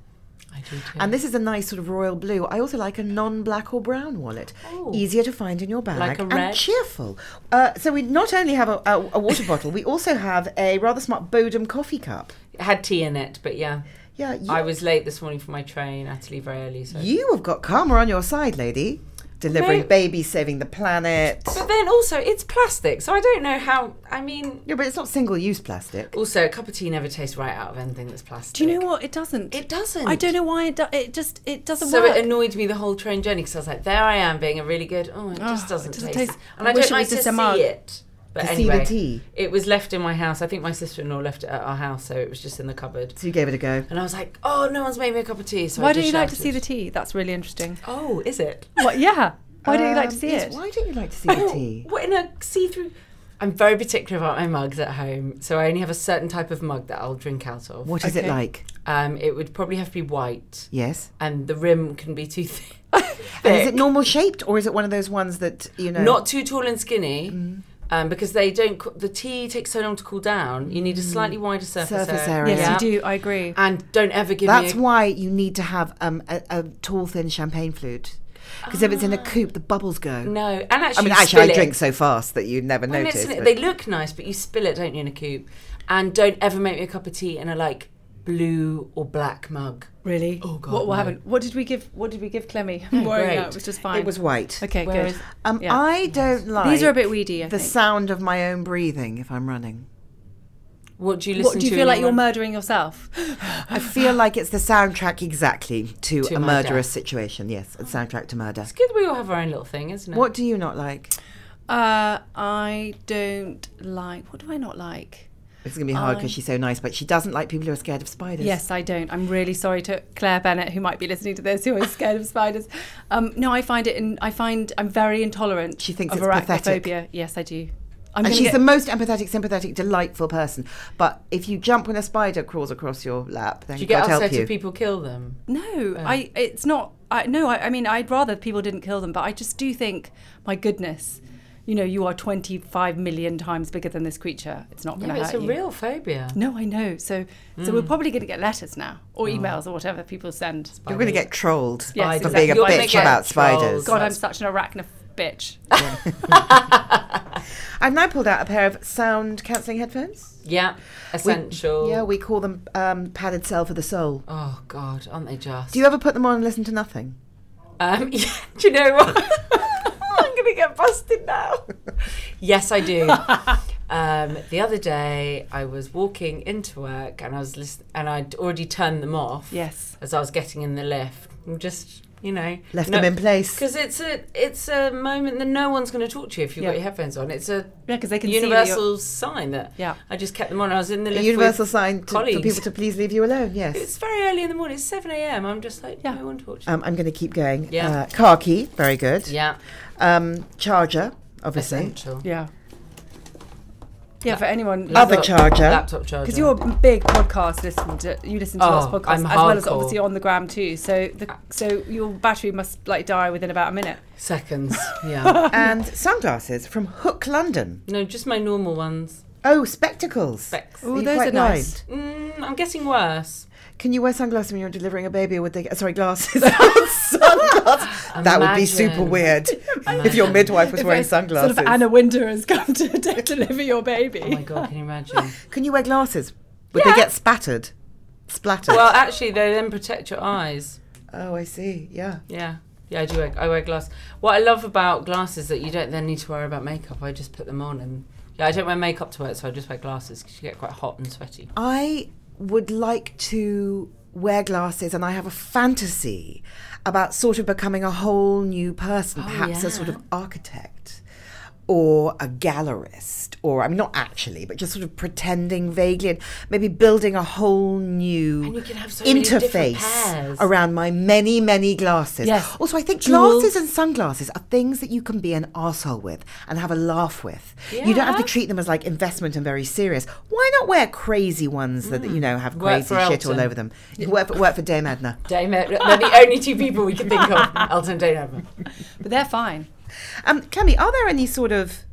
C: I do too.
A: And this is a nice sort of royal blue. I also like a non black or brown wallet.
C: Oh.
A: Easier to find in your bag
C: Like a
A: and
C: red?
A: cheerful. Uh, so we not only have a, a, a water bottle, we also have a rather smart Bodum coffee cup.
C: it had tea in it, but yeah.
A: Yeah, you,
C: I was late this morning for my train. I had to leave very early. So.
A: you have got karma on your side, lady. Delivering
C: No.
A: babies, saving the planet.
C: But then also, it's plastic, so I don't know how. I mean,
A: Yeah, but it's not single use plastic.
C: also, a cup of tea never tastes right out of anything that's plastic.
B: Do you know what? It doesn't.
C: It doesn't.
B: I don't know why it. Do- it just. It doesn't
C: So
B: work.
C: it annoyed me the whole train journey because I was like, there I am being a really good. Oh, it just
B: Oh,
C: doesn't,
B: it doesn't
C: taste.
B: taste-
C: And
B: I
C: I,
B: wish
C: don't
B: it was
C: like to
B: just a mug.
C: see it.
A: To
C: But
A: see the
C: anyway,
A: tea.
C: it was left in my house. I think my sister-in-law left it at our house, so it was just in the cupboard.
A: So you gave it a go.
C: And I was like, oh, no one's made me a cup of tea. So I
B: why don't
C: just
B: you like to see the
C: shouted,
B: tea? That's really interesting.
C: Oh, is it? Oh,
B: What? Yeah. Why don't you like to
A: Um,
B: see
A: yes,
B: it?
A: Why don't you like to see the tea?
C: What in a see-through? I'm very particular about my mugs at home, so I only have a certain type of mug that I'll drink out of.
A: What is it
B: Okay.
A: like?
C: Um, it would probably have to be white,
A: Yes.
C: and the rim can be too thick.
A: And is it normal shaped or is it one of those ones that, you know?
C: Not too tall and skinny,
A: Mm.
C: um, because they don't. co- The tea takes so long to cool down. You need a slightly wider surface,
A: Mm. Surface area.
B: Yes,
A: Yeah.
B: you do. I agree.
C: And don't ever give
A: That's
C: me.
A: why you need to have um, a, a tall, thin champagne flute. Because if it's
B: Ah.
A: in a coupe, the bubbles go.
C: A, no, and actually,
A: I mean,
C: you
A: actually,
C: spill
A: I
C: it.
A: drink so fast that you never
C: Well, no,
A: notice.
C: it's-
A: but-
C: they look nice, but you spill it, don't you, in a coupe? And don't ever make me a cup of tea in a like blue or black mug.
B: Really?
C: Oh, God,
B: What, what
C: no.
B: happened? What did we give? What did we give Clemmy? I'm
C: No,
B: worried
C: great.
B: now. It was just fine.
A: it was white.
B: okay.
C: Whereas-
B: good.
A: Um,
B: yeah.
A: I don't like
B: These are a bit weedy. I
A: the
B: think.
A: sound of my own breathing if I'm running.
C: What do you listen
B: What do you
C: to
B: feel
C: in
B: like
C: your
B: you're
C: run?
B: murdering yourself?
A: I feel like it's the soundtrack exactly to,
C: To
A: a
C: my
A: murderous
C: death.
A: situation. Yes, a soundtrack to murder.
C: It's good we all have our own little thing, isn't it?
A: What do you not like?
B: Uh, I don't like. What do I not like?
A: It's going to be hard
B: I-
A: because she's so nice, but she doesn't like people who are scared of spiders.
B: Yes, I don't. I'm really sorry to Claire Bennett, who might be listening to this, who is scared of spiders. Um, no, I find it. In, I find I'm very intolerant.
A: She thinks
B: of
A: it's pathetic.
B: arachnophobia. Yes, I do. I'm
A: And
B: gonna
A: she's
B: get-
A: the most empathetic, sympathetic, delightful person. But if you jump when a spider crawls across your lap, then
C: Do you get
A: God help
C: upset
A: you.
C: if people kill them?
B: No,
A: Oh.
B: I. It's not. I no. I, I mean, I'd rather people didn't kill them, but I just do think, my goodness, you know, you are 25 million times bigger than this creature. It's not going
C: Yeah,
B: to
C: it's
B: hurt
C: a
B: you.
C: real phobia.
B: no, I know. So, so
A: Hmm.
B: we're probably going to get letters now,
A: Oh.
B: or emails, or whatever people send.
A: You're going to get trolled
B: Yes,
A: for being a
B: exactly. You're
A: bitch
B: gonna
A: about
C: get trolled.
A: spiders.
B: God, I'm such an arachnophobic bitch.
A: I've now pulled out a pair of sound cancelling headphones.
C: Yeah,
A: We-
C: essential.
A: yeah, we call them um, padded cell for the soul.
C: Oh God, aren't they just?
A: Do you ever put them on and listen to nothing?
C: Um, yeah, do you know what? I'm going to get busted now. Yes, I do. Um, the other day, I was walking into work and I was listen- and I'd already turned them off.
B: Yes.
C: As I was getting in the lift, and just you know,
A: Left them in place.
C: because it's a it's a moment that no one's going to talk to you if you've
B: Yeah.
C: got your headphones on. It's a
B: Yeah, because they can see that you're-
C: universal sign that
B: Yeah.
C: I just kept them on. I was in the
A: A
C: lift.
A: universal
C: with
A: sign to, for
C: colleagues.
A: people to please leave you alone. Yes.
C: It's very early in the morning. It's seven a.m. I'm just like,
B: Yeah.
C: no one talks. to
A: Um, I'm going to keep going.
C: Yeah.
A: Uh, car key, very good.
C: you. yeah,
A: Um, charger, obviously.
C: essential.
B: Yeah. Yeah, for anyone.
A: Other
C: Laptop-
A: charger.
C: laptop charger.
B: Because you're a big podcast listener. to- You listen to lots of
C: Oh,
B: podcasts,
C: I'm
B: as well as
C: hardcore.
B: obviously on the gram too. So the so your battery must like die within about a minute.
C: seconds. Yeah,
A: And sunglasses from Hook London.
C: no, just my normal ones.
A: Oh, spectacles.
C: Specs.
B: Ooh,
A: you
B: those
A: quite
B: are nice.
A: blind?
C: Mm, I'm getting worse.
A: Can you wear sunglasses when you're delivering a baby, or would they get sorry glasses? sunglasses. That would be super
C: Imagine.
A: weird if your midwife was wearing
B: If a
A: sunglasses.
B: Sort of Anna Winter has come to de- deliver your baby.
C: Oh my god, can you imagine?
A: Can you wear glasses? Would they
B: Yeah.
A: get spattered? Splattered.
C: well, actually, they then protect your eyes.
A: oh, I see. Yeah.
C: Yeah. Yeah, I do. Wear, I wear glass. What I love about glasses is that you don't then need to worry about makeup. I just put them on, and yeah, I don't wear makeup to work, so I just wear glasses because you get quite hot and sweaty.
A: I would like to wear glasses, and I have a fantasy about sort of becoming a whole new person, perhaps a sort
C: Oh, yeah.
A: of architect or a gallerist, or I'm not actually, but just sort of pretending vaguely and maybe building a whole new
C: you can have so many different
A: interface
C: pairs.
A: around my many, many glasses.
B: Yes.
A: Also, I think
B: Jewels.
A: glasses and sunglasses are things that you can be an arsehole with and have a laugh with. You don't have to
C: Yeah.
A: treat them as like investment and very serious. Why not wear crazy ones that you know have
C: Work
A: crazy
C: for
A: shit all
C: Elton.
A: over them? Work for, work for Dame Edna.
C: Dame, Ed- they're the only two people we can think of. Elton and Dame Edna.
B: But they're fine.
A: Um, Clemmy, are there any sort of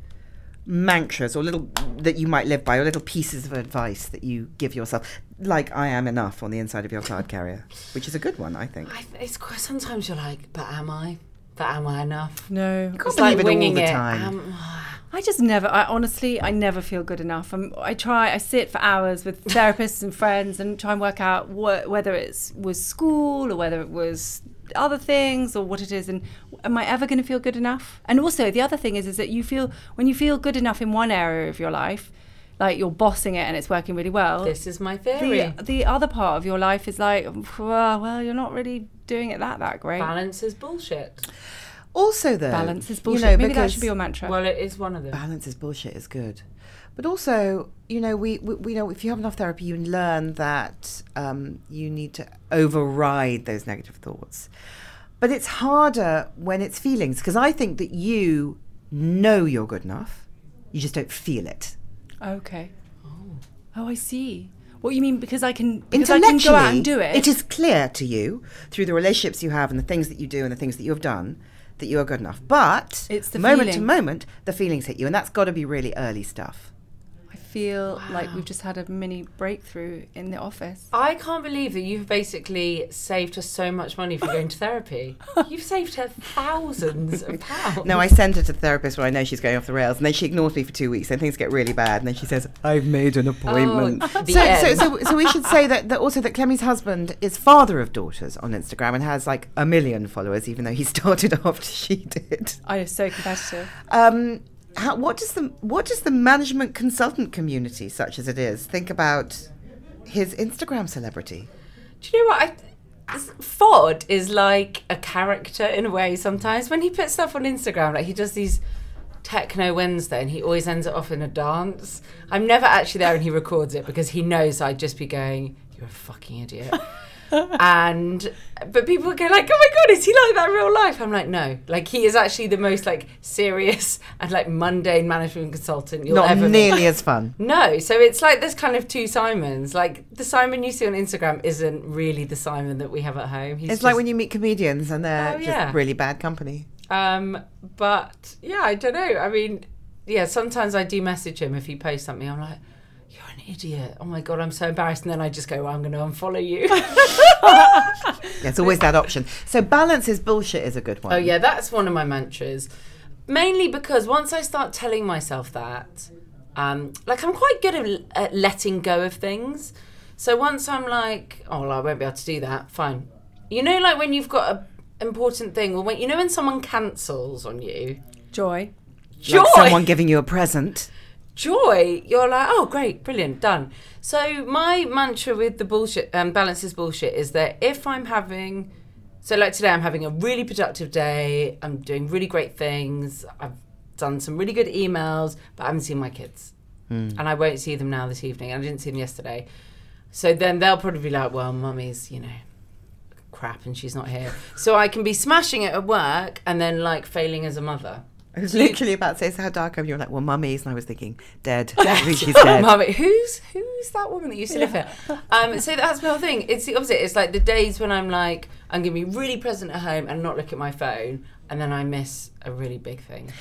A: mantras or little that you might live by or little pieces of advice that you give yourself? Like I am enough on the inside of your card carrier, which is a good one, I think.
C: I, it's quite, sometimes you're like, but am I? But am I enough?
B: No.
A: can't
C: It's like
A: believe it all
C: winging
A: the
C: it.
A: time.
C: Um,
B: I just never. I honestly, I never feel good enough. I'm, I try. I sit for hours with therapists and friends and try and work out wh- whether it was school or whether it was other things or what it is. And am I ever going to feel good enough? And also, the other thing is, is that you feel when you feel good enough in one area of your life, like you're bossing it and it's working really well.
C: this is my theory.
B: the, the other part of your life is like, well, well, you're not really doing it that that great.
C: Balance is bullshit.
A: Also, though,
B: Balance is bullshit.
A: You know,
B: Maybe that
A: because-
B: should be your mantra.
C: Well, it is one of them.
A: balance is bullshit is good but also you know we, we, we know if you have enough therapy you learn that um, you need to override those negative thoughts but it's harder when it's feelings because i think that you know you're good enough you just don't feel it
B: Okay. Oh, I see. What you mean? Because I can because I can go out and do it.
A: it is clear to you through the relationships you have and the things that you do and the things that you have done that you are good enough but
B: It's the
A: moment to
B: feeling.
A: moment the feelings hit you and that's got to be really early stuff
B: I feel like we've just had a mini breakthrough in the office.
C: I can't believe that you've basically saved her so much money for going to therapy. You've saved her thousands of pounds.
A: No, I send her to the therapist when I know she's going off the rails, and then she ignores me for two weeks, and things get really bad, and then she says, "I've made an appointment."
C: the
A: Oh, so, so,
C: end.
A: so, so we should say that, that also that Clemmy's husband is father of daughters on Instagram and has like a million followers, even though he started after she did.
B: I am so competitive.
A: Um, how, what does the what does the management consultant community, such as it is, think about his Instagram celebrity?
C: Do you know what? I, s- Ford is like a character in a way sometimes. When he puts stuff on Instagram, like he does these Techno Wednesday and he always ends it off in a dance. I'm never actually there and he records it because he knows I'd just be going, You're a fucking idiot. and but people go like oh my god is he like that in real life i'm like no like he is actually the most like serious and like mundane management consultant you'll
A: Not
C: ever meet.
A: nearly as fun.
C: No, so it's like there's kind of two Simons. Like the Simon you see on Instagram isn't really the Simon that we have at home. He's
A: It's like when you meet comedians and they're
C: Oh,
A: just
C: yeah.
A: really bad company.
C: Um, but yeah, I don't know. I mean, yeah, sometimes I do message him if he posts something. I'm like, you're an idiot. Oh my god, I'm so embarrassed. And then I just go, well, I'm going to unfollow you.
A: There's always that option. So balance is bullshit is a good one.
C: oh yeah, that's one of my mantras. Mainly because once I start telling myself that, um, like I'm quite good at, at letting go of things. So once I'm like, oh, well, I won't be able to do that. Fine. You know, like when you've got a important thing, or when you know when someone cancels on you,
B: Joy.
A: Like someone giving you a present.
C: joy, you're like, oh, great, brilliant, done. So my mantra with the bullshit um, balances bullshit is that if I'm having, so like today, I'm having a really productive day. I'm doing really great things. I've done some really good emails, but I haven't seen my kids, and I won't see them now this evening. And I didn't see them yesterday, so then they'll probably be like, well, mummy's, you know. Crap, and she's not here. So I can be smashing it at work and then like failing as a mother.
A: I was literally about to say, so how dark I'm. You're like, well, mummies. And I was thinking, dead. I think she's dead.
C: Mummy, who's who's that woman that used to live here? Um, so that's my whole thing. It's the opposite. It's like the days when I'm like, I'm gonna be really present at home and not look at my phone, and then I miss a really big thing.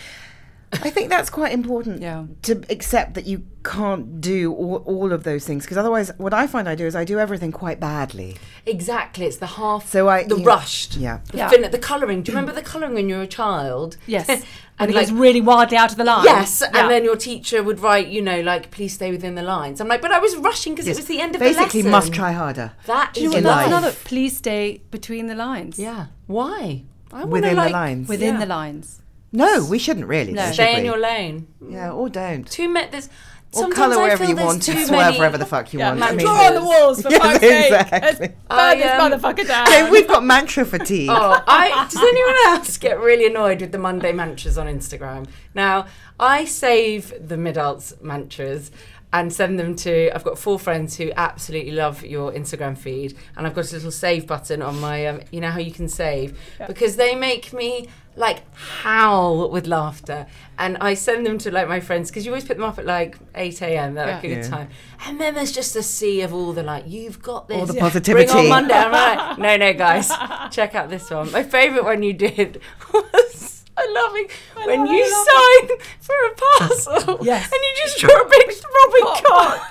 A: I think that's quite important
B: Yeah.
A: to accept that you can't do all, all of those things because otherwise, what I find I do is I do everything quite badly.
C: Exactly. It's the half.
A: So I
C: the
A: you-
C: rushed.
A: Yeah.
C: The,
B: Yeah.
C: fin- the colouring. Do you remember the colouring when you were a child?
B: Yes.
C: and,
B: and it
C: like,
B: goes really wildly out of the line.
C: yes.
B: Yeah.
C: And then your teacher would write, you know, like, please stay within the lines. I'm like, but I was rushing because it was the end of
A: Basically,
C: the lesson.
A: must try harder.
C: That
B: Do you
C: is
B: know what?
A: in
B: That's
A: life.
B: another. Please stay between the lines.
C: Yeah. Why? I wanna,
A: Within
C: like,
A: the lines.
B: Within
C: Yeah.
B: the lines.
A: No, we shouldn't really.
B: No.
A: should
C: Stay in
A: we?
C: your lane.
A: Yeah, or don't.
C: too many. There's
A: Or
C: sometimes
A: colour
C: I
A: wherever
C: feel
A: you
C: there's
A: want
C: too
A: and swerve
C: many-
A: wherever the fuck you
B: Yeah,
A: want.
C: man,
A: I mean-
C: draw on the
B: walls for
A: Yes,
B: fuck's sake.
A: exactly.
C: I, um,
B: down.
A: So we've got mantra fatigue.
C: Oh, I, does anyone else get really annoyed with the Monday mantras on Instagram? Now, I save the mid-alts mantras and send them to. I've got four friends who absolutely love your Instagram feed, and I've got a little save button on my. Um, you know how you can save because they make me like howl with laughter, and I send them to like my friends because you always put them up at like eight a.m. They're like a
A: Yeah.
C: good
A: Yeah.
C: time, and then there's just a sea of all the like you've got this,
A: All the
C: Bring on
A: positivity.
C: Monday. I'm like, no, no, guys, check out this one. My favourite one you did was I love it when
B: love it,
C: you
B: I
C: sign for a parcel.
B: Yes.
C: And you just draw a big Robin Cock.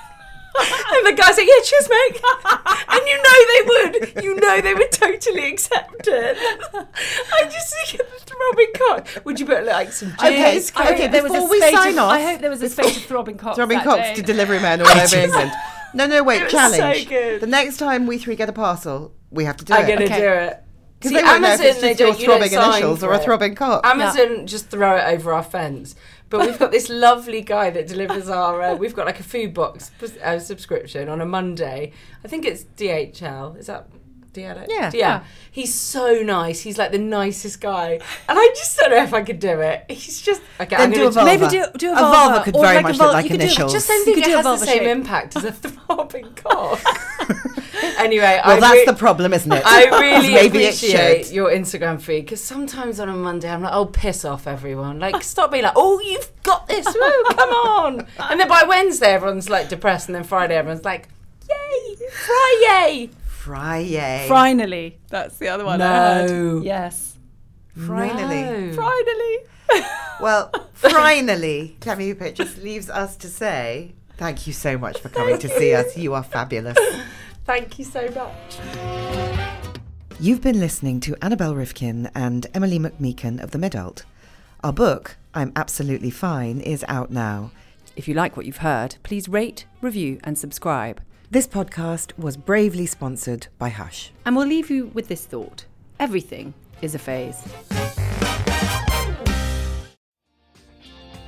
C: and the guy's like, yeah, cheers, mate. and you know they would. You know they would totally accept it. I just think of the Robin Cock. Would you put like some juice?
A: Okay,
B: I hope
A: okay,
B: there was a
A: before we
B: spate
A: sign
B: of-
A: off-
B: I hope there was a spate of throbbing cocks.
A: Robin
B: that
A: Cox
B: day.
A: to delivery man all over England. No, no, wait,
C: It was so
A: challenge.
C: good.
A: The next time we three get a parcel, we have to do
C: I'm
A: it.
C: going to
B: Okay.
C: do it.
A: Because
C: See,
A: they won't know if it's
C: Amazon, they
A: just your
C: don't, you don't
A: throbbing
C: sign
A: initials or
C: for
A: a
C: it.
A: throbbing cock.
C: Amazon just throw it over our fence. But we've got this lovely guy that delivers our. Uh, we've got like a food box uh, subscription on a Monday. I think it's DHL. Is that DHL?
A: Yeah.
B: Yeah.
C: yeah. He's so nice. He's like the nicest guy. And I just don't know if I could do it. He's just. Okay,
A: Then
C: I'm
A: do
C: gonna
A: a vulva.
B: Maybe do- do a
A: A vulva
B: vulva,
A: could
B: or
A: very
B: like a
A: much
B: vul-
A: look like
B: you could do-
A: initials.
C: Just
B: You
C: anything
B: could
C: that
B: do a
C: has the
B: vulva
C: same
B: shape.
C: impact as a throbbing cock. anyway,
A: well,
C: I
A: that's
C: re-
A: the problem, isn't it?
C: I really
A: Maybe it
C: appreciate
A: should.
C: your Instagram feed because sometimes on a Monday I'm like, oh, piss off, everyone. Like, stop being like, oh, you've got this. Woo, come on. And then by Wednesday, everyone's like depressed. And then Friday, everyone's like, yay, Friday.
A: Friday.
B: Finally, that's the other one. I heard.
C: No.
B: Yes.
A: Finally.
C: No.
B: Finally.
A: Well, finally, Clammy Pit just leaves us to say thank you so much for coming to see us. You are fabulous.
C: Thank you so much.
A: You've been listening to Annabel Rifkin and Emily McMeekin of The Midult. Our book, I'm Absolutely Fine, is out now.
B: If you like what you've heard, please rate, review, and subscribe.
A: This podcast was bravely sponsored by Hush.
B: And we'll leave you with this thought everything is a phase.